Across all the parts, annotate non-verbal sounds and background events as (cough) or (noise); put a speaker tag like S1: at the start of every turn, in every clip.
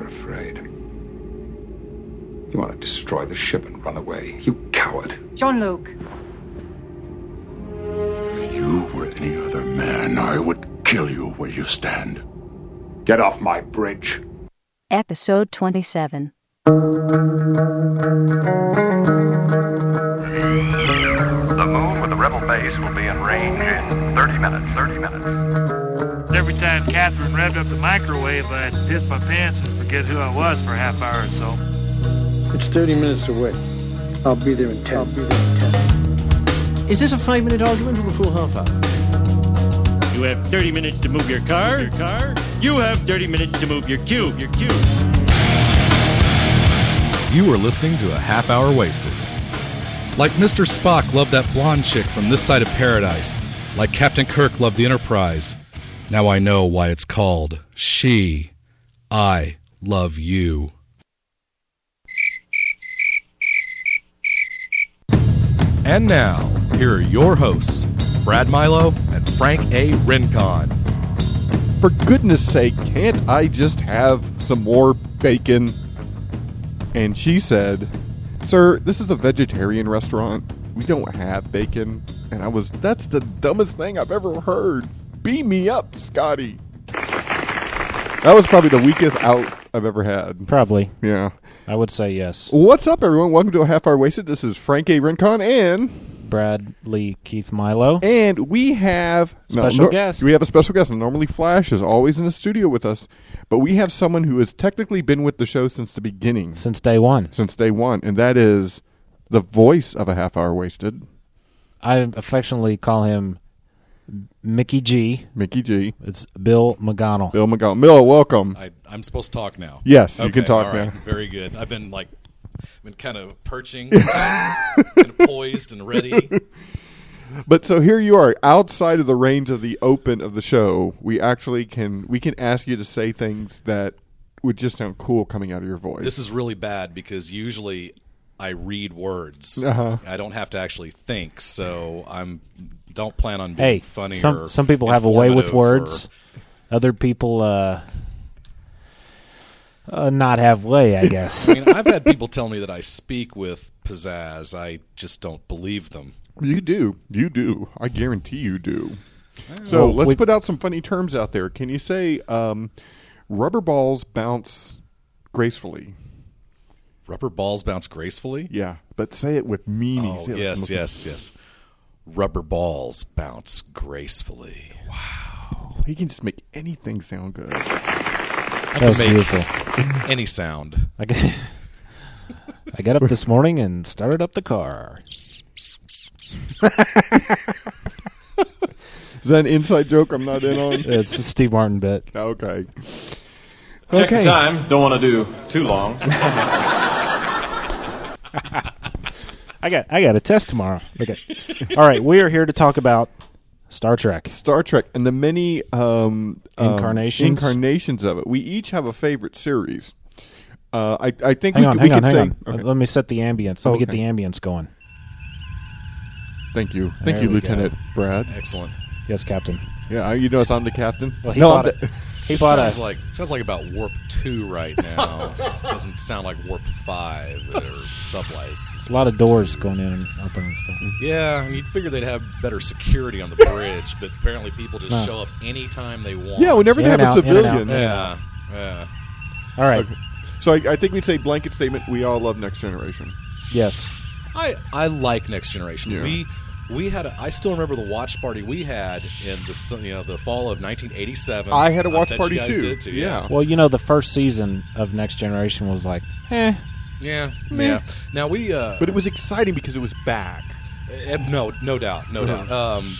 S1: afraid. You want to destroy the ship and run away. You coward.
S2: John Luke.
S3: If you were any other man, I would kill you where you stand.
S1: Get off my bridge.
S4: Episode 27.
S5: The moon with the rebel base will be in range in 30 minutes. 30 minutes.
S6: Every time Catherine revved up the microwave, I'd piss my pants and forget who I was for a half hour or so.
S7: It's 30 minutes away. I'll be there in 10. I'll be there in 10.
S8: Is this a five minute argument or a full half hour?
S9: You have 30 minutes to move your car. car. You have 30 minutes to move your cube. Your cube.
S10: You are listening to a half hour wasted. Like Mr. Spock loved that blonde chick from this side of paradise, like Captain Kirk loved the Enterprise, now I know why it's called She I Love You. And now, here are your hosts, Brad Milo and Frank A. Rincon.
S11: For goodness sake, can't I just have some more bacon? And she said, Sir, this is a vegetarian restaurant. We don't have bacon. And I was, That's the dumbest thing I've ever heard. Beam me up, Scotty. That was probably the weakest out I've ever had.
S8: Probably.
S11: Yeah.
S8: I would say yes.
S11: What's up, everyone? Welcome to a half hour wasted. This is Frank A. Rincon, and
S8: Brad Lee Keith Milo.
S11: and we have no,
S8: Special guest.
S11: We have a special guest. Normally, Flash is always in the studio with us, but we have someone who has technically been with the show since the beginning.
S8: Since day one,
S11: since day one, and that is the voice of a half hour wasted,
S8: I affectionately call him Mickey G.
S11: Mickey G.
S8: It's Bill McGonnell.
S11: Bill McGowan. Bill, welcome.
S9: I, I'm supposed to talk now.
S11: Yes, you can talk
S9: all right,
S11: now.
S9: Very good. I've been like, been kind of
S11: (laughs)
S9: perching, kind of poised and ready.
S11: But so here you are, outside of the reins of the open of the show. We actually can we can ask you to say things that would just sound cool coming out of your voice.
S9: This is really bad because usually I read words.
S11: Uh-huh.
S9: I don't have to actually think, so I'm don't plan on being
S8: Hey,
S9: funny.
S8: some
S9: or
S8: some people have a way with
S9: informative
S8: words. Other people uh, uh not have way, I guess.
S9: or- I mean, I've had people tell me that I speak with pizzazz. I just don't believe them.
S11: You do. You do. I guarantee you do. So
S8: Well,
S11: let's
S8: we-
S11: put out some funny terms out there. Can you say um, rubber balls bounce gracefully?
S9: Rubber balls bounce gracefully.
S11: Yeah, but say it with meaning.
S9: Oh,
S11: Say it with
S9: yes,
S11: some-
S9: yes, yes. Rubber balls bounce gracefully.
S11: He can just make anything sound good.
S9: I
S8: that was beautiful.
S9: any sound.
S8: I got, I got up this morning and started up the car.
S11: Is that an inside joke I'm not in
S9: (laughs)
S11: on?
S8: It's a Steve Martin
S11: (laughs)
S8: bit.
S11: okay.
S8: Okay.
S5: Time. Don't want to do too long.
S8: I got I got a test tomorrow. Okay. All right, we are here to talk about Star Trek.
S11: Star Trek and the many um, um,
S8: Incarnations?
S11: incarnations of it. We each have a favorite series. Uh, I, I think
S8: Hang
S11: we,
S8: on,
S11: could-
S8: hang
S11: we
S8: on,
S11: could
S8: hang
S11: say.
S8: on.
S11: Okay. Oh,
S8: Let me set the ambience. Let me get
S11: Okay.
S8: the ambience going.
S11: Thank you, thank
S8: There
S11: you,
S8: we go.
S11: Lieutenant Brad.
S9: Excellent.
S8: Yes, Captain.
S11: Yeah, you notice I'm the captain.
S8: Well, he
S11: no,
S8: bought
S11: I'm
S8: it.
S11: the-
S8: He
S9: This
S8: bought
S9: sounds
S8: a.
S9: like sounds like about warp two right now. S- doesn't sound like warp five or sublice.
S8: a lot of doors going in and open and stuff.
S11: Mm.
S9: Yeah, and you'd figure they'd have better security on the bridge, but apparently people just
S8: No.
S9: show up anytime they want.
S11: (laughs) yeah, whenever they
S8: In
S11: have
S8: and
S11: a
S8: out, in and out,
S11: civilian.
S8: in and
S9: Yeah, yeah.
S8: All right.
S11: Okay. So I, I think we'd say blanket statement: we all love Next Generation.
S8: Yes.
S9: I I like Next Generation.
S11: Yeah.
S9: We we had a, I still remember the watch party we had in the s- you know the fall of 1987.
S11: I had a watch
S9: bet you
S11: party
S9: guys
S11: too.
S9: did Yeah,
S8: Well, you know, the first season of Next Generation was like, eh.
S9: yeah, yeah. Now we uh,
S11: But it was exciting because it was back.
S9: Eh, No, no doubt, no doubt. Um,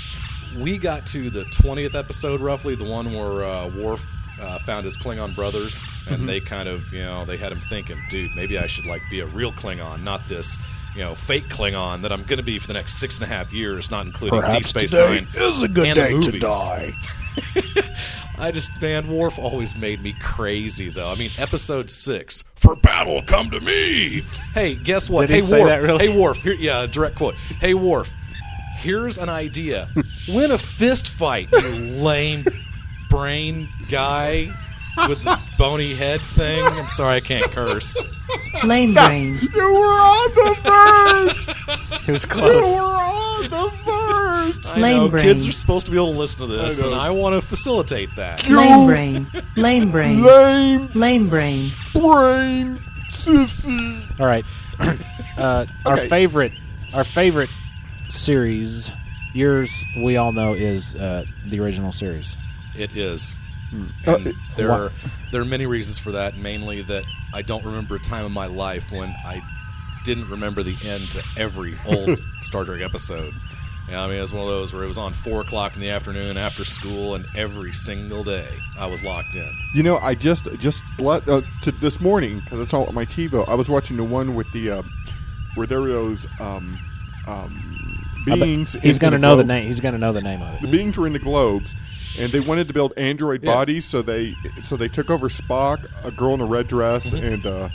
S9: we got to the twentieth episode, roughly the one where uh, Worf uh, found his Klingon brothers, and
S5: Mm-hmm.
S9: they kind of, you know, they had him thinking, dude, maybe I should like be a real Klingon, not this, you know, fake Klingon that I'm going to be for the next six and a half years, not including Deep Space Nine.
S5: is a good
S9: and the movies. I just, man, Worf always made me crazy, though. I mean, episode six, for battle, come to me. Hey, guess what?
S8: Did he
S9: hey,
S8: say
S9: Worf.
S8: that really?
S9: Hey, Worf. Here, yeah, direct quote. Hey, Worf. Here's an idea. Win a fist fight, you lame brain guy with the bony head thing. I'm sorry, I can't curse.
S2: Lane brain.
S11: You were on the verge.
S8: (laughs) It was
S11: you
S8: close.
S11: were on the verge.
S9: I know
S2: Lame brain.
S9: kids are supposed to be able to listen to this,
S11: I know.
S9: and I want to facilitate that.
S2: Lane brain. Lane brain.
S9: (laughs)
S11: Lame
S2: Lane brain.
S11: brain sissy.
S8: All right. uh, Our favorite, our favorite series, yours we all know is uh, the original series.
S9: It is.
S11: Uh,
S9: And there
S8: wha-
S9: are there are many reasons for that. Mainly that I don't remember a time in my life when I didn't remember the end to
S11: (laughs)
S9: every old Star Trek episode. Yeah, I mean, it was one of those where it was on four o'clock in the afternoon after school, and every single day I was locked in.
S11: You know, I just just let, uh, to this morning because it's all on my TiVo. I was watching the one with the uh, where there were those um, um,
S8: I bet-
S11: beings.
S8: He's
S11: in
S8: gonna know the
S11: globe.
S8: name. He's gonna know the name of
S11: The
S8: it.
S11: beings were in the globes, and they wanted to build android
S9: Yeah.
S11: bodies. So they so they took over Spock, a girl in a red dress,
S9: Mm-hmm.
S11: and uh,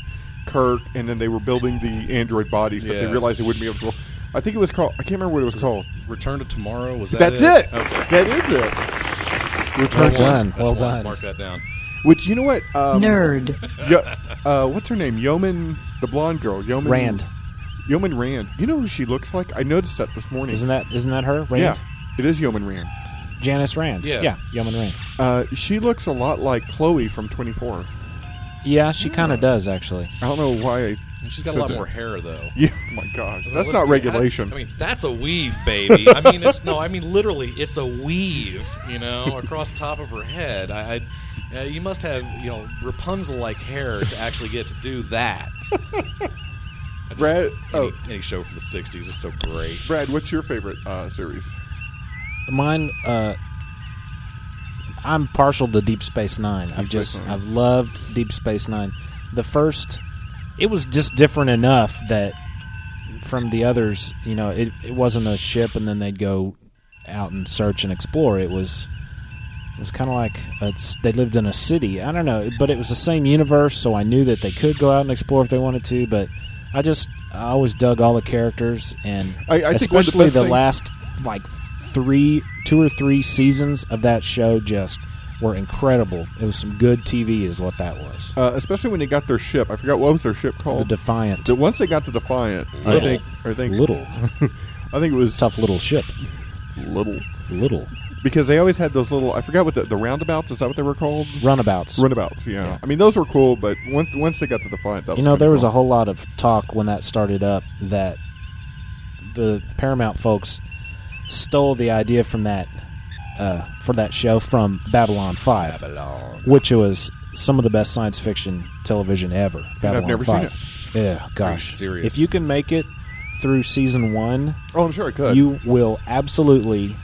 S11: Kirk, and then they were building the android bodies. But they
S9: Yes.
S11: realized they wouldn't be able to. I think it was called. I can't remember what it was called.
S9: Return to Tomorrow was that?
S11: That's it.
S9: Okay.
S11: That is it.
S8: Well
S11: Return to
S8: done.
S9: That's
S8: well
S9: one.
S8: done.
S9: Mark that down.
S11: which you know what um,
S2: Nerd.
S11: Yo, uh, what's her name? Yeoman, the blonde girl. Yeoman
S8: Rand.
S11: Yeoman Rand. You know who she looks like? I noticed that this morning.
S8: Isn't that isn't that her? Rand?
S11: Yeah, it is Yeoman Rand.
S8: Janice Rand.
S9: Yeah.
S8: Yeah. Yeoman Rand.
S11: Uh, she looks a lot like Chloe from Twenty Four.
S8: Yeah, she kind of does actually.
S11: I don't know why. I, (laughs)
S9: And she's got a
S11: So
S9: lot
S11: the-
S9: more hair though.
S11: yeah, oh my gosh, that's
S9: Let's
S11: not
S9: see,
S11: regulation.
S9: I, I mean, that's a weave, baby. I mean, it's no. I mean, literally, it's a weave. You know, across top of her head. I, I uh, you must have you know Rapunzel-like hair to actually get to do that. I just-
S11: Brad-
S9: any,
S11: oh.
S9: any show from the '60s is so great.
S11: Brad, what's your favorite uh, series?
S8: Mine. Uh, I'm partial to Deep Space Nine. I've just
S11: Nine.
S8: I've loved Deep Space Nine. The first, it was just different enough that from the others, you know, it, it wasn't a ship, and then they'd go out and search and explore. It was it was kind of like it's, they lived in a city. I don't know, but it was the same universe, so I knew that they could go out and explore if they wanted to. But I just I always dug all the characters, and
S11: I- I think one of the
S8: especially
S11: best
S8: the
S11: things-
S8: last like three, two or three seasons of that show just were incredible. It was some good TV, is what that was.
S11: Uh, especially when they got their ship. I forgot what was their ship
S8: The
S11: called.
S8: Defiant,
S11: But once they got to Defiant, I
S8: Little.
S11: think. I think
S8: little,
S11: (laughs) I think it was
S8: tough little ship,
S11: little
S8: little
S11: because they always had those little. I forgot what the, the roundabouts. Is that what they were called?
S8: runabouts.
S11: Runabouts, yeah.
S8: Yeah.
S11: I mean, those were cool, but once once they got to Defiant, that was
S8: you know
S11: kinda
S8: there was
S11: cool.
S8: a whole lot of talk when that started up that the paramount folks stole the idea from that uh, for that show from babylon 5
S9: Babylon.
S8: which was some of the best science fiction television ever babylon
S11: never seen
S8: 5 yeah gosh
S9: serious?
S8: if you can make it through season one
S11: Oh, I'm sure I could.
S8: you will absolutely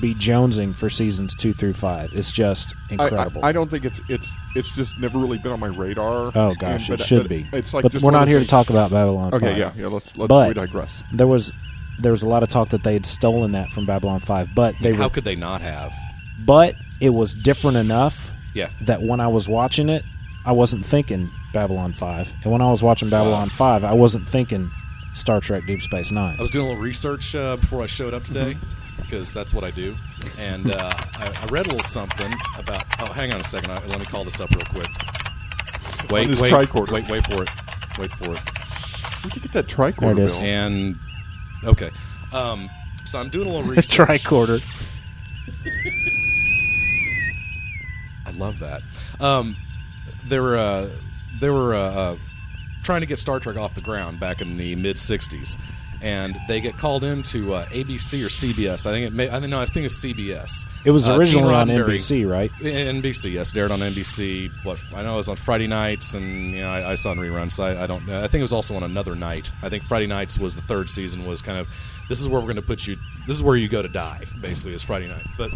S8: be jonesing for seasons two through five it's just
S11: I, I,
S8: incredible
S11: I don't think it's it's it's just never really been on my radar.
S8: Oh gosh,
S11: And-
S8: it
S11: but-
S8: should
S11: but
S8: be.
S11: It's like
S8: but
S11: just
S8: we're
S11: one
S8: not
S11: of
S8: here
S11: those
S8: to talk about Babylon.
S11: things- Okay,
S8: 5.
S11: yeah, yeah. Let's let's
S8: But-
S11: we digress.
S8: There was there was a lot of talk that they had stolen that from Babylon Five, but they
S9: How
S8: were,
S9: could they not have?
S8: but it was different enough
S9: Yeah.
S8: that when I was watching it, I wasn't thinking Babylon Five, and when I was
S11: Uh,
S8: watching Babylon Five, I wasn't thinking Star Trek Deep Space Nine.
S9: I was doing a little research uh, before I showed up today
S8: Mm-hmm.
S9: because that's what I do. And uh, I, I read a little something about. Oh, hang on a second. I, let me call this up real quick. Wait,
S11: On this
S9: wait,
S11: tricorder.
S9: wait, wait for it. Wait for it.
S11: Where'd you get that tricorder?
S8: There it is.
S11: Bill?
S9: And okay, um, so I'm doing
S8: (laughs)
S9: a little research.
S8: Tricorder.
S9: I love that. Um, they were uh, they were uh, uh, trying to get Star Trek off the ground back in the mid '60s, and they get called into uh, ABC or CBS. I think it may. I think no. I think it's CBS.
S8: It was
S9: Uh, Gene
S8: originally on
S9: Roddenberry-
S8: NBC, right?
S9: NBC, yes, it aired on NBC. What I know it was on Friday nights, and you know, I, I saw it in reruns. So I, I don't. know. I think it was also on another night. I think Friday nights was the third season. Was kind of this is where we're going to put you. This is where you go to die. Basically, is Friday night. But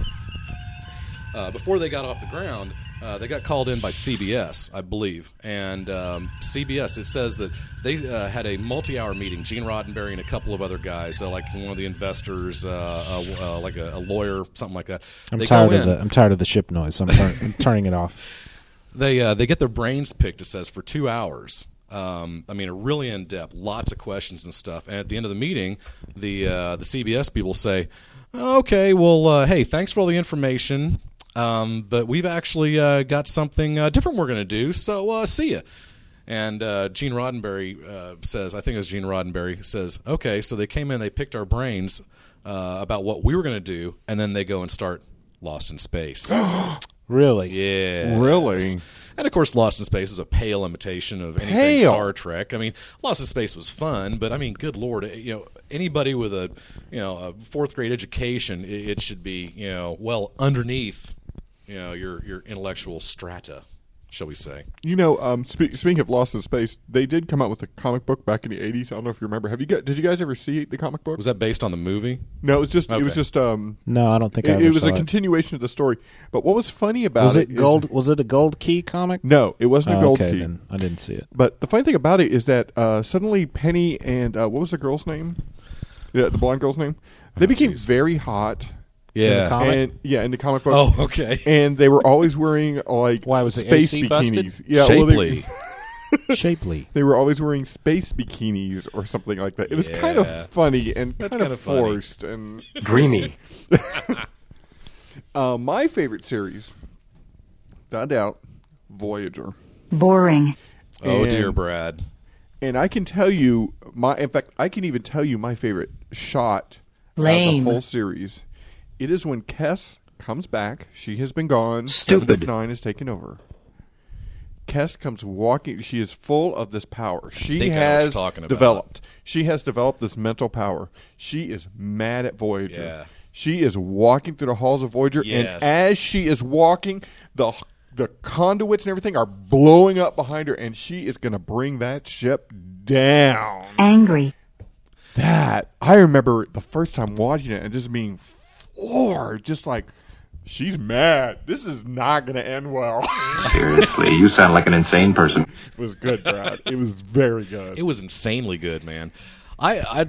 S9: uh, before they got off the ground, uh, they got called in by CBS, I believe. And um, CBS, it says that they uh, had a multi hour meeting, Gene Roddenberry and a couple of other guys, uh, like one of the investors, uh, uh, uh, like a, a lawyer, something like that.
S8: I'm
S9: they
S8: tired
S9: go
S8: of
S9: in.
S8: the I'm tired of the ship noise. I'm, turn, I'm turning it off.
S11: (laughs)
S9: They uh, they get their brains picked. It says for two hours. Um, I mean, really in depth, lots of questions and stuff. And at the end of the meeting, the uh, the CBS people say, "Okay, well, uh, hey, thanks for all the information. Um, but we've actually uh, got something uh, different we're going to do. So uh, see ya. And uh, Gene Roddenberry uh, says, I think it was Gene Roddenberry says, okay, so they came in, they picked our brains uh, about what we were going to do, and then they go and start Lost in Space.
S8: Really?
S9: Yeah.
S11: Really?
S9: And of course, Lost in Space is a pale imitation of anything
S11: Pale.
S9: Star Trek. I mean, Lost in Space was fun, but I mean, good lord, eh, you know, anybody with a you know a fourth grade education, it, it should be you know well underneath you know your your intellectual strata, shall we say?
S11: You know, um, spe- speaking of Lost in Space, they did come out with a comic book back in the '80s. I don't know if you remember. Have you got? Did you guys ever see the comic book?
S9: Was that based on the movie?
S11: No, it was just. It was
S9: Okay.
S11: just. Um,
S8: No, I don't think I
S11: it,
S8: ever
S11: it was
S8: saw
S11: a
S8: it.
S11: continuation of the story. But what was funny about
S8: Was it
S11: is-
S8: gold? Was it a gold key comic?
S11: No, it wasn't a
S8: Oh,
S11: gold
S8: okay,
S11: key.
S8: then. I didn't see it.
S11: But the funny thing about it is that uh, suddenly Penny and uh, what was the girl's name? Yeah, the blonde girl's name. They became very hot.
S9: Oh, Yeah.
S8: the comic?
S11: And, yeah, in the comic book.
S9: Oh, okay.
S11: And they were always wearing like
S8: Why was the
S11: space
S8: AC
S11: bikinis.
S8: busted?
S11: (laughs) Yeah, well, they,
S9: Shapely.
S8: (laughs) Shapely.
S11: (laughs) they were always wearing space bikinis or something like that. It was kind
S9: Yeah.
S11: of funny and
S9: That's
S11: kind of
S9: kinda funny.
S11: forced and
S2: Dreamy.
S11: Uh, my favorite series, without doubt, Voyager.
S4: Boring.
S9: oh
S11: And-
S9: dear, Brad.
S11: And I can tell you my. In fact, I can even tell you my favorite shot
S2: Lame.
S11: of the whole series. It is when Kess comes back. She has been gone. Seven
S2: Stupid.
S11: of Nine has taken over. Kess comes walking. She is full of this power. She
S9: think I know what you're
S11: has
S9: talking about.
S11: developed. She has developed this mental power. She is mad at Voyager.
S9: Yeah.
S11: She is walking through the halls of Voyager,
S9: Yes.
S11: and as she is walking, the the conduits and everything are blowing up behind her, and she is going to bring that ship down.
S4: Angry.
S11: That I remember the first time watching it and just being floored, just like she's mad. This is not going to end well. (laughs)
S5: Seriously, you sound like an insane person.
S11: it was good, Brad. It was very good.
S9: It was insanely good, man. I I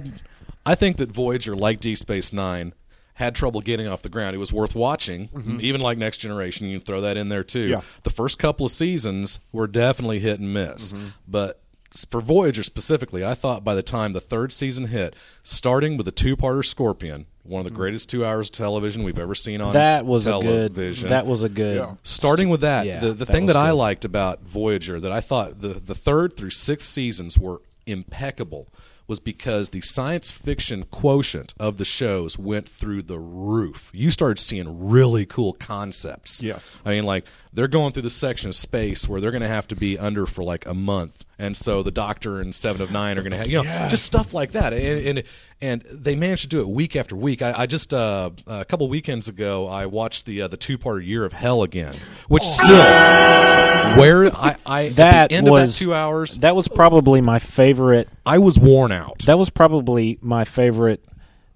S9: I think that Voyager, like Deep Space Nine, had trouble getting off the ground. It was worth watching,
S8: Mm-hmm.
S9: even like Next Generation. You can throw that in there too.
S11: Yeah.
S9: The first couple of seasons were definitely hit and miss,
S8: Mm-hmm.
S9: but s- for Voyager specifically, I thought by the time the third season hit, starting with the two-parter Scorpion, one of the greatest two hours of television we've ever seen on
S8: Mm-hmm. That was a good.
S9: television
S8: That was a good.
S9: starting with that,
S8: Yeah,
S9: the,
S8: that
S9: the thing
S8: was
S9: that I
S8: good.
S9: liked about Voyager that I thought the, the third through sixth seasons were impeccable was because the science fiction quotient of the shows went through the roof. You started seeing really cool concepts.
S11: Yes.
S9: I mean, like they're going through the section of space where they're going to have to be under for like a month, and so the Doctor and Seven of Nine are going to have you know just stuff like that, and and and they managed to do it week after week. I, I just uh, a couple weekends ago I watched the uh, the two part Year of Hell again, which still where I, I at
S8: That
S9: the end
S8: was
S9: of that two hours
S8: That was probably my favorite.
S9: I was worn out.
S8: That was probably my favorite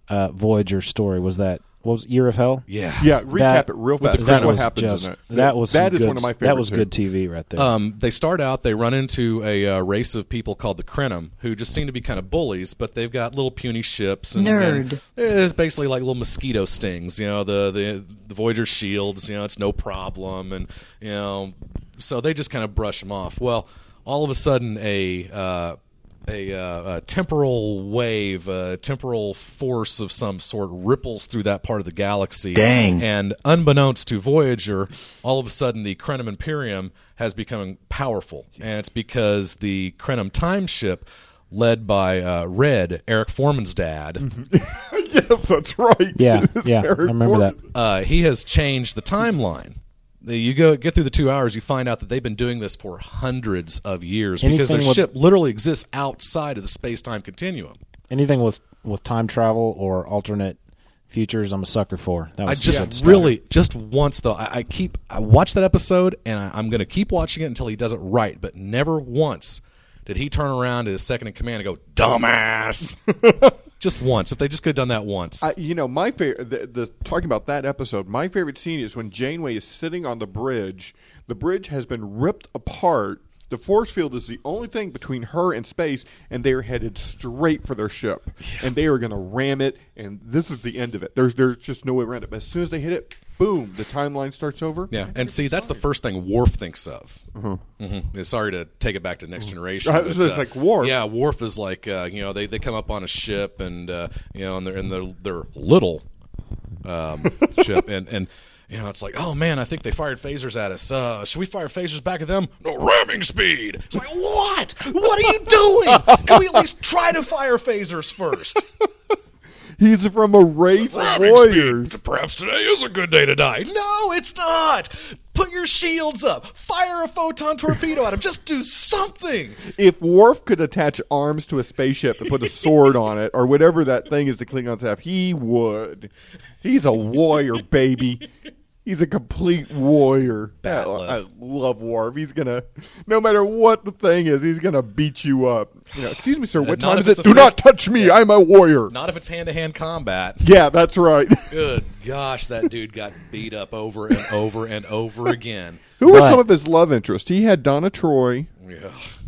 S8: uh, Voyager story. Was that what was it, Year of Hell?
S9: yeah,
S11: Yeah, recap
S8: That-
S11: it real
S8: that
S11: fast. That's what
S8: was
S11: happens
S8: just-
S11: in it.
S8: That was
S11: that
S8: some
S11: is
S8: good,
S11: one of my favorites.
S8: That was
S11: too.
S8: good TV right there.
S9: Um, they start out, they run into a uh, race of people called the Krenim, who just seem to be kind of bullies, but they've got little puny ships. And,
S2: Nerd.
S9: and it's basically like little mosquito stings, you know, the, the, the Voyager shields, you know, it's no problem. And, you know, so they just kind of brush them off. Well, all of a sudden, a. Uh, a, uh, a temporal wave, a temporal force of some sort ripples through that part of the galaxy.
S2: Dang.
S9: And unbeknownst to Voyager, all of a sudden the Krenim Imperium has become powerful. And it's because the Krenim time ship, led by uh, Red, Eric Foreman's dad,
S11: (laughs) yes, that's right.
S8: (laughs) yeah,
S11: It's
S8: yeah, I
S11: Eric
S8: remember that.
S11: Gordon.
S9: uh, he has changed the timeline. The- You go get through the two hours, you find out that they've been doing this for hundreds of years because
S8: Anything
S9: their
S8: with-
S9: ship literally exists outside of the space time continuum.
S8: Anything with with time travel or alternate futures, I'm a sucker for. That
S9: I
S8: was
S9: just
S8: a good
S9: really just once though. I, I keep I watch that episode and I, I'm going to keep watching it until he does it right. But never once did he turn around to his second in command and go
S8: (laughs)
S9: dumbass. just once. If they just could have done that once.
S11: I, you know, my favorite. The, the talking about that episode, my favorite scene is when Janeway is sitting on the bridge. The bridge has been ripped apart. The force field is the only thing between her and space, and they are headed straight for their ship, and they are going to ram it. And this is the end of it. There's there's just no way around it. But as soon as they hit it, boom, the timeline starts over.
S9: yeah, and see that's the first thing Worf thinks of. Mm-hmm. Sorry to take it back to Next Generation.
S11: Mm-hmm. I was
S9: but, uh,
S11: just like, Worf.
S9: Yeah, Worf is like uh, you know they, they come up on a ship
S11: (laughs)
S9: and uh, you know and they're and they're, they're little um, ship and and You know, it's like, oh man, I think they fired phasers at us. Uh, should we fire phasers back at them? No, ramming speed. It's like, what? What are you doing? Can we at least try to fire phasers first?
S11: He's from a race of
S9: Ramming
S11: warriors.
S9: speed. Perhaps today is a good day to die. No, it's not. Put your shields up. Fire a photon torpedo at him. Just do something.
S11: If Worf could attach arms to a spaceship and put a sword on it, or whatever that thing is the Klingons have, he would. He's a warrior, baby. He's a complete warrior. I, I love Worf. He's gonna, no matter what the thing is, he's gonna beat you up. You know, excuse me, sir. What
S9: Uh, not
S11: time
S9: if
S11: is
S9: it's
S11: it?
S9: a
S11: Do not
S9: fist-
S11: touch me. I'm a warrior.
S9: Not if it's hand to hand combat.
S11: Yeah, that's right. (laughs)
S9: Good gosh, that dude got beat up over and over and over again.
S11: Who were some of his love interests? He had Donna Troy.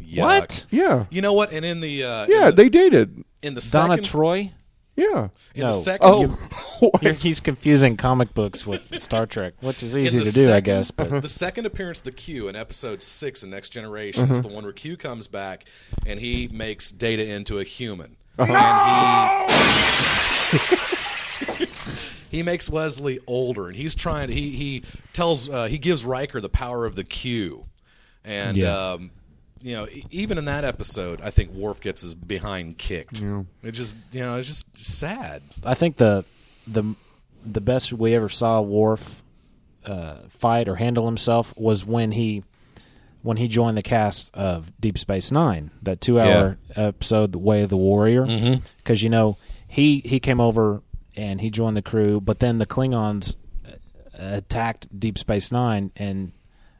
S9: Yeah.
S8: What?
S9: Yuck.
S11: Yeah,
S9: You know what? And in the uh, in
S11: yeah,
S9: the,
S11: they dated.
S9: in the
S8: Donna
S9: second, (laughs)
S8: Troy?
S11: Yeah.
S9: in
S8: No.
S9: the second,
S11: Oh, (laughs)
S9: (laughs)
S8: You're, he's confusing comic books with Star Trek, which is easy
S9: in
S8: to
S9: the
S8: do, I
S9: second-
S8: guess. But
S9: (laughs) the second appearance of the Q in episode six of Next Generation is
S8: Mm-hmm.
S9: the one where Q comes back and he makes Data into a human.
S8: Uh-huh.
S9: And (laughs) he, he makes Wesley older, and he's trying to. He he tells uh, he gives Riker the power of the Q, and.
S8: Yeah.
S9: Um, you know, e- even in that episode, I think Worf gets his behind kicked. It just, you know, it's just sad.
S8: I think the the the best we ever saw Worf uh, fight or handle himself was when he when he joined the cast of Deep Space Nine, that two hour episode, The Way of the Warrior, because you know he he came over and he joined the crew, but then the Klingons uh, attacked Deep Space Nine and.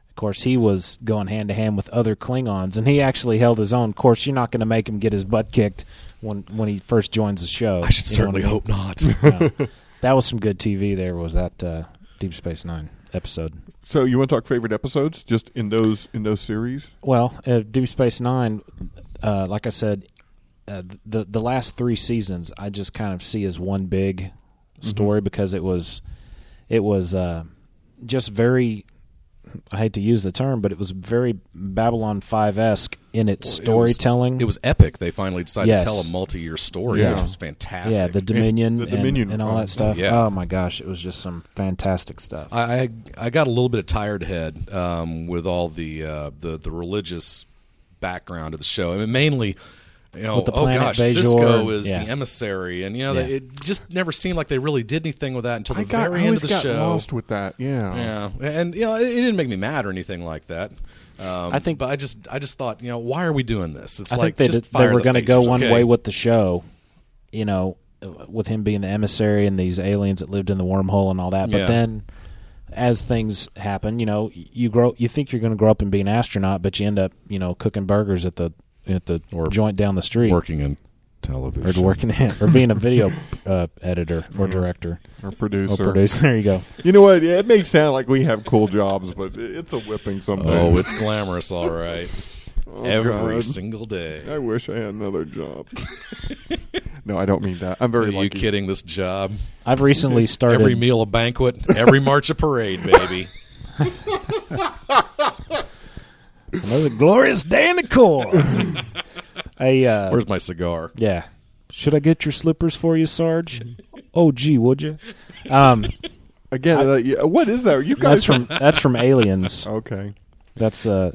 S8: Of course, he was going hand to hand with other Klingons, and he actually held his own. Of course, you're not going to make him get his butt kicked when when he first joins the show.
S9: I should
S8: You know what
S9: certainly
S8: mean?
S9: hope not.
S8: That was some good TV. There was that uh, Deep Space Nine episode.
S11: so you want to talk favorite episodes? Just in those in those series.
S8: Well, uh, Deep Space Nine, uh, like I said, uh, the the last three seasons I just kind of see as one big
S9: Mm-hmm.
S8: story because it was it was uh, just very. I hate to use the term, but it was very Babylon Five esque in its storytelling.
S9: It was epic. They finally decided
S8: Yes.
S9: to tell a multi-year story,
S11: Yeah.
S9: which was fantastic.
S8: yeah, the Dominion,
S9: (laughs)
S11: The
S8: and,
S11: Dominion
S8: and all
S11: one.
S8: that stuff.
S9: Yeah.
S8: Oh my gosh, it was just some fantastic stuff.
S9: I I- I got a little bit of tired head um, with all the uh, the the religious background of the show. I mean, mainly. You know,
S8: With the
S9: oh
S8: planet
S9: gosh,
S8: Bajor,
S9: Cisco is
S8: yeah.
S9: the emissary, and you know, they,
S8: Yeah.
S9: it just never seemed like they really did anything with that until the
S11: I got
S9: very
S11: I
S9: end
S11: always
S9: of the
S11: got
S9: show.
S11: lost with that. Yeah.
S9: Yeah, and you know, it, it didn't make me mad or anything like that. Um,
S8: I think-
S9: but I just, I just thought, you know, why are we doing this? It's
S8: I
S9: like
S8: think they,
S9: just
S8: did- they
S9: fire
S8: were
S9: going to
S8: go one way with the show, you know, with him being the emissary and these aliens that lived in the wormhole and all that. But
S9: Yeah.
S8: then, as things happen, you know, you grow. You think you're going to grow up and be an astronaut, but you end up, you know, cooking burgers at the at the
S9: Or
S8: joint down the street,
S9: working in television
S8: or working (laughs) at, or being a video uh, editor
S9: Mm-hmm.
S8: or director
S11: Or
S8: or
S11: producer.
S8: producer. There you go.
S11: You know what? It may sound like we have cool jobs, but i- it's a whipping sometimes. (laughs)
S9: Oh, it's glamorous, all right. Every
S11: God.
S9: single day.
S11: I wish I had another job. no, I don't mean that. I'm very
S9: Are
S11: lucky.
S9: you kidding? This job,
S8: I've recently started.
S9: (laughs) every meal a banquet, every march a parade,
S11: (laughs)
S9: baby.
S8: another glorious day in the
S9: (laughs)
S8: core. a uh,
S9: Where's my cigar?
S8: Yeah. Should I get your slippers for you, Sarge?
S11: Mm-hmm.
S8: oh, gee, would you? Um,
S11: (laughs) Again, uh, yeah, what is that? You
S8: that's
S11: guys
S8: from
S11: (laughs)
S8: that's from Aliens.
S11: okay.
S8: That's uh,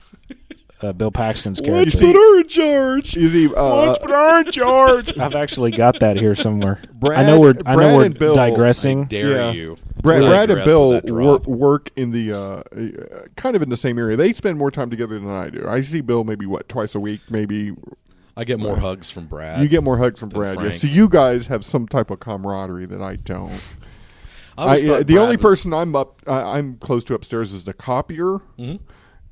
S8: uh, Bill Paxton's
S11: What's
S8: character.
S11: but our George? Is he? Uh,
S8: our George? I've actually got that here somewhere.
S11: Brad-
S8: I know we're I
S11: Brad
S8: know we're
S11: and Bill-
S8: digressing.
S9: Dare
S11: Yeah.
S9: you?
S11: Brad,
S9: Really
S11: Brad and
S9: aggressive
S11: Bill
S9: with that
S11: wor-
S9: drop.
S11: work in the uh, uh, kind of in the same area. They spend more time together than I do. I see Bill maybe what twice a week, maybe
S9: I get more hugs from Brad.
S11: You get more hugs from
S9: than
S11: Brad. Yeah.
S9: Frank.
S11: So you guys have some type of camaraderie that I don't.
S9: I always
S11: I- uh,
S9: thought
S11: the
S9: Brad
S11: only
S9: was-
S11: person I'm up, I, I'm close to upstairs is the copier
S9: Mm-hmm.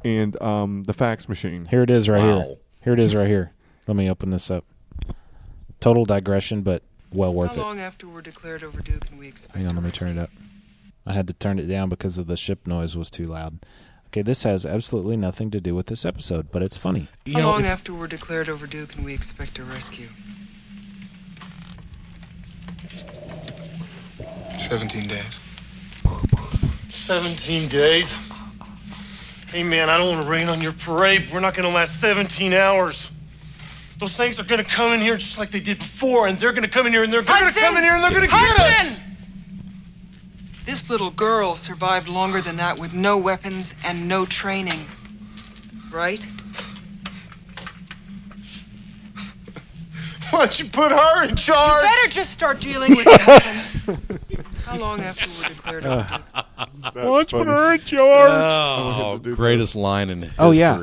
S11: and um, the fax machine.
S8: Here it is, right
S9: Wow.
S8: here. Here it is, right here. Let me open this up. Total digression, but well worth it.
S12: after we're declared overdue can we expect?
S8: Hang on, let me turn it up. I had to turn it down because of the ship noise was too loud. Okay, this has absolutely nothing to do with this episode, but it's funny.
S9: You know, it's-
S12: after we're declared overdue can we expect a rescue?
S5: 17 days.
S7: 17 days. Hey, man, I don't want to rain on your parade. but We're not going to last 17 hours. Those things are going to come in here just like they did before, and they're going to come in here, and they're going to come in here, and they're going to get us.
S12: This little girl survived longer than that with no weapons and no training. Right?
S7: Why don't you put her in charge?
S12: You better just start dealing with (laughs) weapons. How long after we're declared
S9: Uh,
S12: over?
S11: Watch
S9: funny.
S11: her in charge.
S9: Oh, greatest line in history.
S11: Oh, yeah.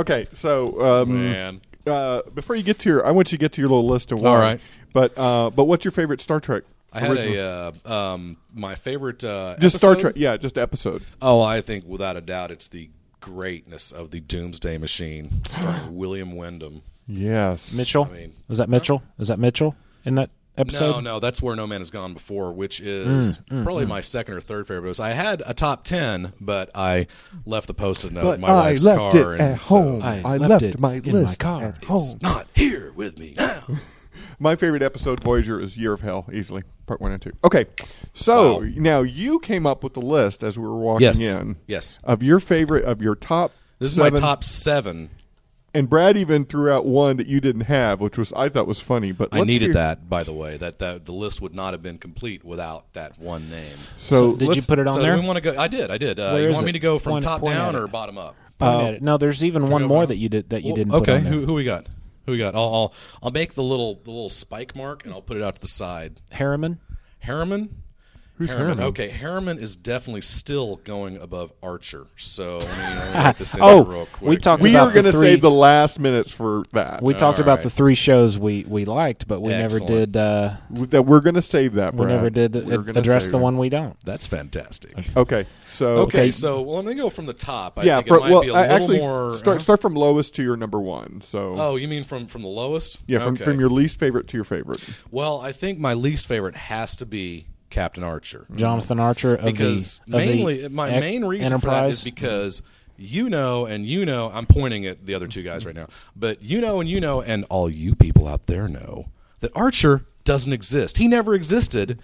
S11: Okay, so um,
S9: Man.
S11: Uh, before you get to your, I want you to get to your little list of
S9: All
S11: one.
S9: right.
S11: but uh, but what's your favorite Star Trek?
S9: I had
S11: original?
S9: a uh, um, my favorite uh,
S11: just Star
S9: episode?
S11: Trek, yeah, just episode.
S9: Oh, I think without a doubt, it's the greatness of the Doomsday Machine, starring William Wyndham.
S11: Yes,
S8: Mitchell. was that Mitchell? Is that Mitchell in that episode?
S9: No, no, that's where No Man Has Gone Before, which is
S8: Mm, mm,
S9: probably
S8: mm.
S9: my second or third favorite. So I had a top ten, but I left the post-it note
S11: But
S9: in my
S11: I
S9: wife's
S11: left
S9: car. and
S11: it at
S9: so-
S11: home. I, left, my list at home.
S9: not here with me
S8: (laughs)
S9: now.
S11: My favorite episode, Voyager, is Year of Hell, easily part one and two. Okay, so now you came up with the list as we were walking
S9: Yes.
S11: in.
S9: Yes.
S11: of your favorite of your top.
S9: This is
S11: seven,
S9: my top seven.
S11: And Brad even threw out one that you didn't have, which was I thought was funny. But
S9: I
S11: let's
S9: needed
S11: hear-
S9: that, by the way. That, that the list would not have been complete without that one name.
S11: So So did you let's-
S8: put it on
S9: so
S8: there?
S9: Do we want to go? I did. I did. Uh,
S8: Where
S9: you
S8: is
S9: want
S8: it?
S9: me to go from
S8: Point-
S9: top
S8: point at
S9: down
S8: it.
S9: or bottom up?
S8: Point at it. Oh, No, there's even one more that you did that you
S9: Well,
S8: didn't. put
S9: Okay.
S8: on there.
S9: Who, who we got? Who we got? I'll, I'll I'll make the little the little spike mark and I'll put it out to the side.
S8: Harriman.
S9: Harriman.
S8: Who's Harriman?
S9: Okay, Harriman is definitely still going above Archer. So let me,
S11: (laughs)
S9: let me write this in
S8: Oh,
S9: real quick.
S8: we talked
S11: We
S8: about
S11: were going to
S8: the three-
S11: save the last minutes for
S9: Uh,
S11: that.
S8: We talked about the three shows we, we liked, but we never
S11: Excellent.
S8: did. Uh,
S11: that we're going to save that.
S8: we
S11: Brad.
S8: never did
S11: We're
S8: ad-
S11: gonna
S8: address
S11: save
S8: the
S11: it.
S8: one we don't.
S9: That's fantastic.
S11: Okay, so
S9: Okay, so well, let me go from the top. I
S11: yeah,
S9: think
S11: for,
S9: it might
S11: well,
S9: be a
S11: I
S9: little
S11: actually
S9: more. uh-huh.
S11: start
S9: huh?
S11: start from lowest to your number one. So
S9: Oh, you mean from from the lowest?
S11: yeah, from,
S9: Okay.
S11: from your least favorite to your favorite.
S9: Well, I think my least favorite has to be Captain Archer.
S8: Jonathan Archer of the-
S9: because
S8: of the
S9: mainly my
S8: Ec-
S9: main reason for that
S8: Enterprise?
S9: is because you know and you know I'm pointing at the other two guys right now, but you know and you know and all you people out there know that Archer doesn't exist. He never existed.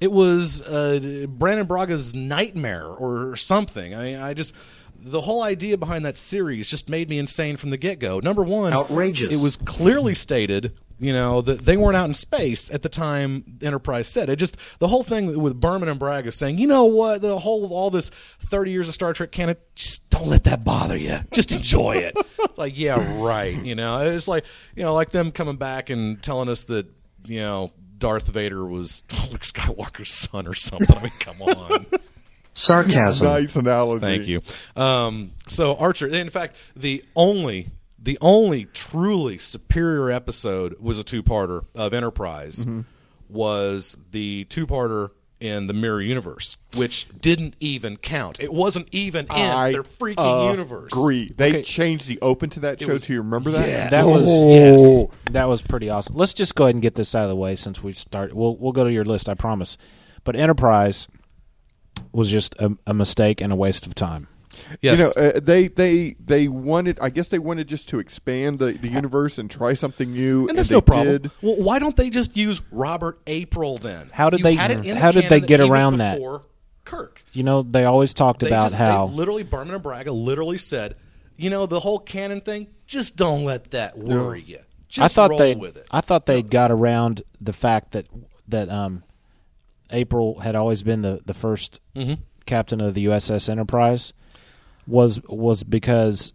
S9: It was uh, Brandon Braga's nightmare or something. I, I just the whole idea behind that series just made me insane from the get go. Number one, outrageous. It was clearly stated, you know, that they weren't out in space at the time Enterprise said it. Just the whole thing with Berman and Bragg is saying, you know what, the whole all this thirty years of Star Trek canon, just don't let that bother you. Just enjoy it. like, yeah, right. You know, it's like you know, like them coming back and telling us that you know Darth Vader was (laughs) Luke Skywalker's son or something. I mean, come on.
S2: Sarcasm.
S11: nice analogy.
S9: Thank you. Um, so Archer, in fact, the only the only truly superior episode was a two parter of Enterprise.
S8: Mm-hmm.
S10: Mhm.
S9: Was the two parter in the Mirror Universe, which didn't even count. It wasn't even in
S11: I
S9: their freaking
S11: uh,
S9: universe.
S11: Agree. They changed the open to that
S9: It
S11: show
S9: was-
S11: too. Remember that?
S9: Yes.
S8: That was
S11: Oh.
S8: yes, that was pretty awesome. Let's just go ahead and get this out of the way since we started. We'll we'll go to your list, I promise. But Enterprise was just a, a mistake and a waste of time.
S11: You know, uh, they they they wanted. I guess they wanted just to expand the, the universe and try something new.
S9: And that's
S11: they
S9: no problem.
S11: did.
S9: Well, why don't they just use Robert April then?
S8: How did
S9: You
S8: they-
S9: had it in the
S8: how did they
S9: canon
S8: get
S9: that he was
S8: around that?
S9: before Kirk?
S8: You know, they always talked
S9: They
S8: about
S9: just,
S8: how
S9: they literally Berman and Braga literally said, you know, the whole canon thing. Just don't let that worry you. Just
S8: I thought
S9: roll
S8: they
S9: with it.
S8: I thought they got around the fact that that um, April had always been the the 1st
S9: Mhm.
S8: captain of the USS Enterprise was was because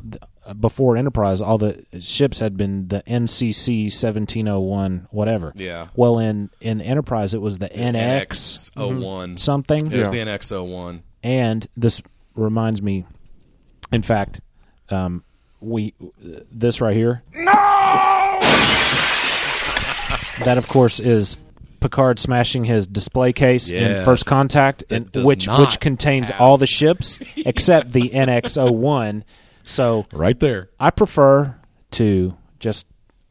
S8: th- before Enterprise, all the ships had been the NCC seventeen oh one whatever.
S9: Yeah.
S8: Well, in in Enterprise, it was the NX
S9: NX01.
S8: something.
S9: Mm-hmm. It was the NX01.
S8: And this reminds me, in fact, um, we this right here. No. That of course is Picard smashing his display case in
S9: Yes.
S8: First Contact,
S9: That
S8: and
S9: does
S8: which
S9: not
S8: which contains all the ships except the NX-01. So
S9: right there,
S8: I prefer to just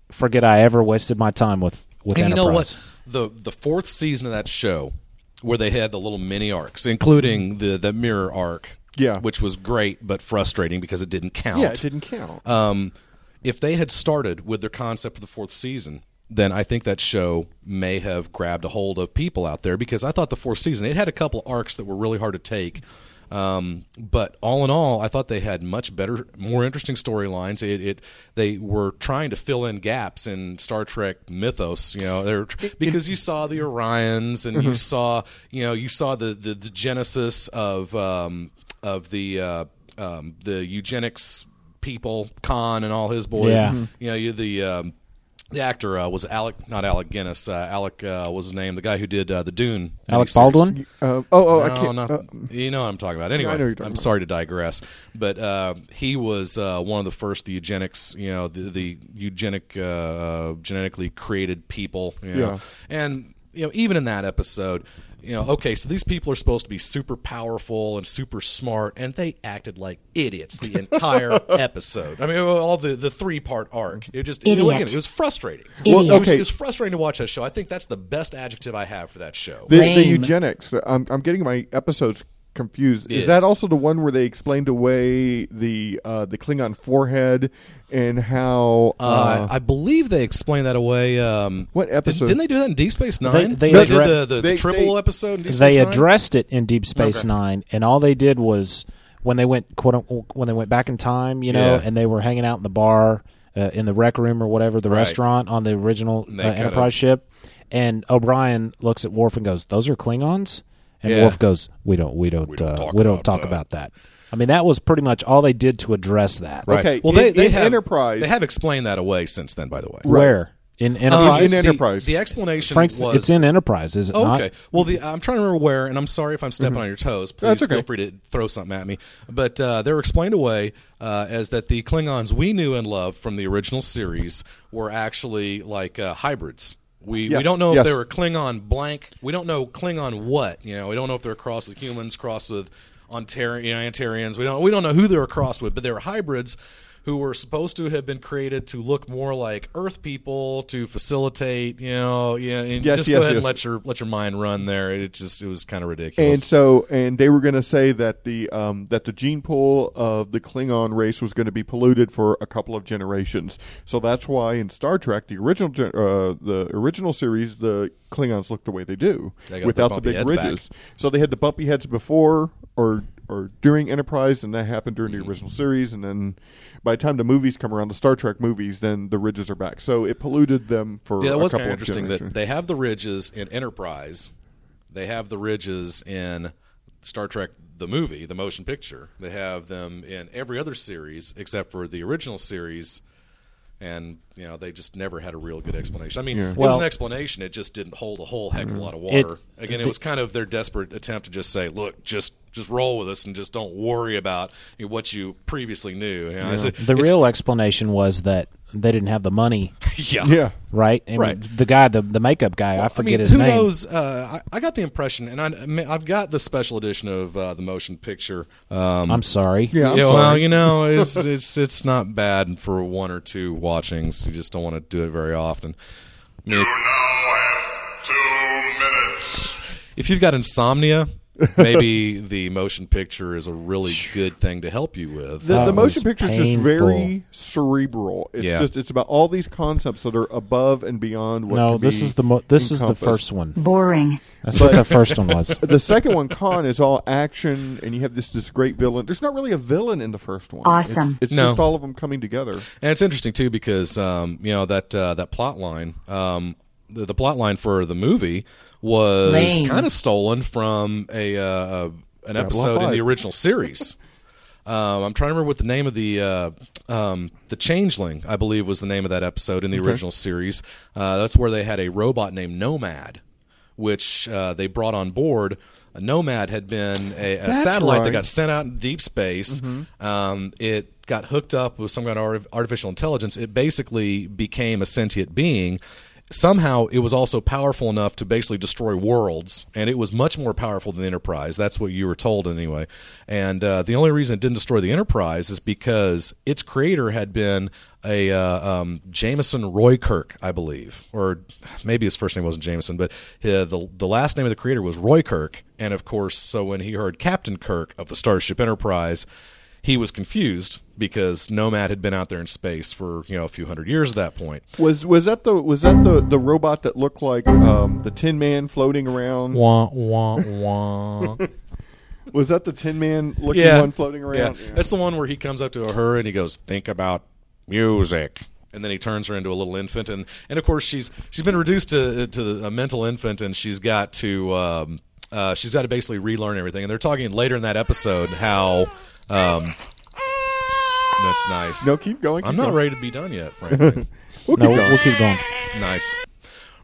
S8: forget I ever wasted my time with with
S9: and
S8: Enterprise.
S9: you know what? The the fourth season of that show, where they had the little mini arcs, including the the mirror arc,
S11: Yeah.
S9: which was great but frustrating because it didn't count.
S11: Yeah, it didn't count.
S9: Um, if they had started with their concept of the fourth season, then I think that show may have grabbed a hold of people out there because I thought the fourth season it had a couple arcs that were really hard to take. Um, but all in all, I thought they had much better, more interesting storylines. It, it they were trying to fill in gaps in Star Trek mythos. You know, they're because you saw the Orions and you
S13: Mhm.
S9: saw you know you saw the the, the genesis of um, of the uh, um, the eugenics people, Khan and all his boys.
S8: Yeah. Mhm.
S9: You know, you the um, the actor uh, was Alec, not Alec Guinness. Uh, Alec uh, was his name, the guy who did uh, the Dune.
S8: Alec
S9: miniseries.
S8: Baldwin?
S11: Uh, oh, oh, I
S9: No,
S11: can't-
S9: not-
S11: uh,
S9: you know what I'm talking about.
S11: Yeah, I
S9: Anyway,
S11: know who you're
S9: I'm
S11: talking about.
S9: sorry to digress, but uh, he was uh, one of the first the eugenics, you know, the, the eugenic, uh, genetically created people. You know?
S11: Yeah.
S9: and you know, even in that episode, you know, okay, so these people are supposed to be super powerful and super smart, and they acted like idiots the
S11: (laughs)
S9: entire episode. I mean, all the the three part arc. It just you know,
S11: Idiot.
S9: again, it was frustrating.
S11: Well,
S9: It was-
S11: okay.
S9: it was frustrating to watch that show. I think that's the best adjective I have for that show.
S11: The, the eugenics. I'm, I'm getting my episodes confused. Is that
S9: Yes.
S11: also the one where they explained away the uh, the Klingon forehead and how? Uh,
S8: Oh.
S9: Uh, I believe they explained that away. Um,
S11: what episode?
S9: Didn't they do that in Deep Space Nine?
S8: They- they
S9: did
S8: addre-
S9: the, the, the
S8: they-
S9: triple
S8: they-
S9: episode. In Deep
S8: they
S9: Space Nine?
S8: addressed it in Deep Space
S9: Okay.
S8: Nine, and all they did was when they went quote unquote, when they went back in time, you know,
S9: Yeah.
S8: and they were hanging out in the bar, uh, in the rec room or whatever, the
S9: Right.
S8: restaurant on the original
S9: And
S8: uh,
S9: they cut
S8: Enterprise
S9: it.
S8: ship, and O'Brien looks at Worf and goes, "Those are Klingons," and
S9: Yeah.
S8: Worf goes, "We don't, we don't, uh, we don't talk about that." I mean, that was pretty much all they did to address that.
S9: Right.
S8: Well,
S9: Well, they, they have
S11: Enterprise.
S9: They have explained that away since then. By the way,
S8: where in Enterprise?
S9: the- The, explanation
S8: Frank's,
S9: Uh, was
S8: it's in Enterprise, is it
S9: okay.
S8: not?
S9: Well, the, I'm trying to remember where, and I'm sorry if I'm stepping
S8: Mhm.
S9: on your toes. Please
S8: That's okay.
S9: feel free to throw something at me. But uh, they were explained away uh, as that the Klingons we knew and loved from the original series were actually like uh, hybrids. We, we
S13: Yes,
S9: don't know
S13: yes.
S9: if they were Klingon blank. We don't know Klingon what. You know, we don't know if they're crossed with humans, crossed with Ontari- you know, Antarians. We don't we don't know who they were crossed with, but they were hybrids who were supposed to have been created to look more like Earth people to facilitate. You know, yeah, and
S11: Yes,
S9: just
S11: yes,
S9: go ahead
S11: yes.
S9: and let your let your mind run there. It just it was kind of ridiculous.
S11: and so, and they were going to say that the um, that the gene pool of the Klingon race was going to be polluted for a couple of generations. So that's why in Star Trek, the original gen- uh, the original series, the Klingons look the way they do
S9: They got
S11: without
S9: their
S11: the
S9: bumpy
S11: big
S9: heads back.
S11: ridges. So they had the bumpy heads before or or during Enterprise, and that happened during
S9: Mm-hmm.
S11: the original series. And then by the time the movies come around, the Star Trek movies, then the ridges are back. So it polluted them for
S9: yeah, that
S11: a
S9: was
S11: couple
S9: kind of
S11: of
S9: interesting that
S11: generations.
S9: they have the ridges in Enterprise, they have the ridges in Star Trek the movie, the motion picture. They have them in every other series except for the original series. And you know they just never had a real good explanation. I mean,
S8: Yeah.
S9: it was
S8: Well-
S9: an explanation. It just didn't hold a whole heck
S11: Mm-hmm.
S9: of a lot of
S8: It-
S9: water. Again, it
S8: the-
S9: was kind of their desperate attempt to just say, "Look, just just roll with us and just don't worry about you know, what you previously knew." You know, it's-
S8: the
S9: it's-
S8: real explanation was that they didn't have the money.
S9: (laughs) Yeah. Yeah.
S8: Right. I mean,
S9: Right.
S8: The guy, the, the makeup guy, I forget
S9: mean,
S8: his
S9: who
S8: name.
S9: knows? Uh, I, I got the impression, and I, I mean, I've got the special edition of uh, the motion picture. Um,
S8: Uh, I'm sorry.
S9: Yeah, well,
S8: (laughs)
S9: you know, it's it's it's not bad for one or two watchings. You just don't want to do it very often. I mean, if you've got insomnia,
S8: (laughs)
S9: maybe the motion picture is a really good thing to help you with.
S11: The, the motion picture is just very cerebral. It's
S9: Yeah.
S11: just it's about all these concepts that are above and beyond what.
S8: No,
S11: can
S8: this
S11: be
S8: is the mo- this is the
S11: encompassed.
S8: first one. (laughs)
S2: Boring.
S8: That's what the first one (laughs) was.
S11: the second one, Khan, is all action, and you have this this great villain. There's not really a villain in the first one. It's-
S2: Awesome.
S11: It's,
S9: No.
S11: just all of them coming together.
S9: And it's interesting too because um, you know that uh, that plot line, um, the, the plot line for the movie was
S13: Lame.
S9: kind of stolen from a uh, uh, an
S13: Babylon
S9: episode in
S13: five.
S9: the original series. (laughs) um, I'm trying to remember what the name of the uh, um, the Changeling, I believe, was the name of that episode in the
S13: Okay.
S9: original series. Uh, that's where they had a robot named Nomad, which uh, they brought on board. Nomad had been a, a
S13: That's
S9: satellite that
S13: right.
S9: got sent out in deep space.
S13: Mhm.
S9: Um, it got hooked up with some kind of arti- artificial intelligence. It basically became a sentient being. Somehow, it was also powerful enough to basically destroy worlds, and it was much more powerful than the Enterprise. That's what you were told, anyway. And uh, the only reason it didn't destroy the Enterprise is because its creator had been a uh, um, Jameson Roykirk, I believe, or maybe his first name wasn't Jameson, but uh, the the last name of the creator was Roykirk. And of course, so when he heard Captain Kirk of the Starship Enterprise, he was confused because Nomad had been out there in space for you know a few hundred years at that point.
S11: Was was that the was that the, the robot that looked like um, the Tin Man floating around?
S9: Wah wah wah.
S11: (laughs) Was that the Tin Man looking one floating around?
S9: Yeah. That's the one where he comes up to her and he goes, "Think about music." And then he turns her into a little infant, and, and of course she's she's been reduced to to a mental infant, and she's got to um, uh, she's got to basically relearn everything. And they're talking later in that episode how um, that's nice.
S11: No, keep going.
S9: I'm
S11: keep
S9: not
S11: going.
S9: ready to be done yet, frankly.
S11: We'll keep No, going. we'll keep
S8: going.
S9: Nice.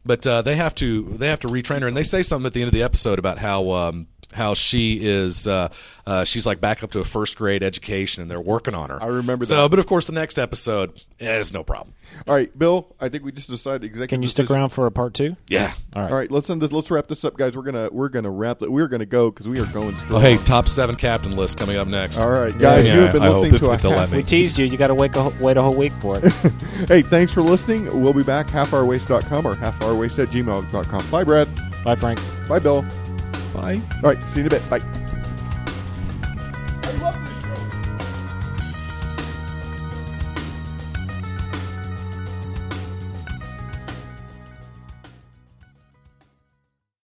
S9: But uh, they have to they have to retrain her, and they say something at the end of the episode about how um, how she is uh, uh, she's like back up to a first grade education, and they're working on her. I remember. So,
S11: that.
S9: but of course, the next episode is no problem.
S11: All right, Bill. I think we just decided exactly.
S8: Can you stick around for a part two?
S9: Yeah.
S8: All right.
S11: All right. Let's end this. Let's wrap this up, guys. We're gonna we're gonna wrap it. We're gonna go because we are going.
S9: Oh,
S11: Strong.
S9: hey, top seven captain list coming up next.
S11: All right, guys, you have been
S9: I
S11: listening
S9: hope
S11: to
S9: if
S11: a
S9: they'll let
S11: half-
S9: me.
S8: We teased you. You got to wait a, wait a whole week for (laughs) it.
S11: (laughs) hey, thanks for listening. We'll be back halfhourwaste.com or halfhourwaste at gmail.com. Bye, Brad.
S8: Bye, Frank.
S11: Bye, Bill.
S10: Bye.
S11: All right. See you in a bit. Bye.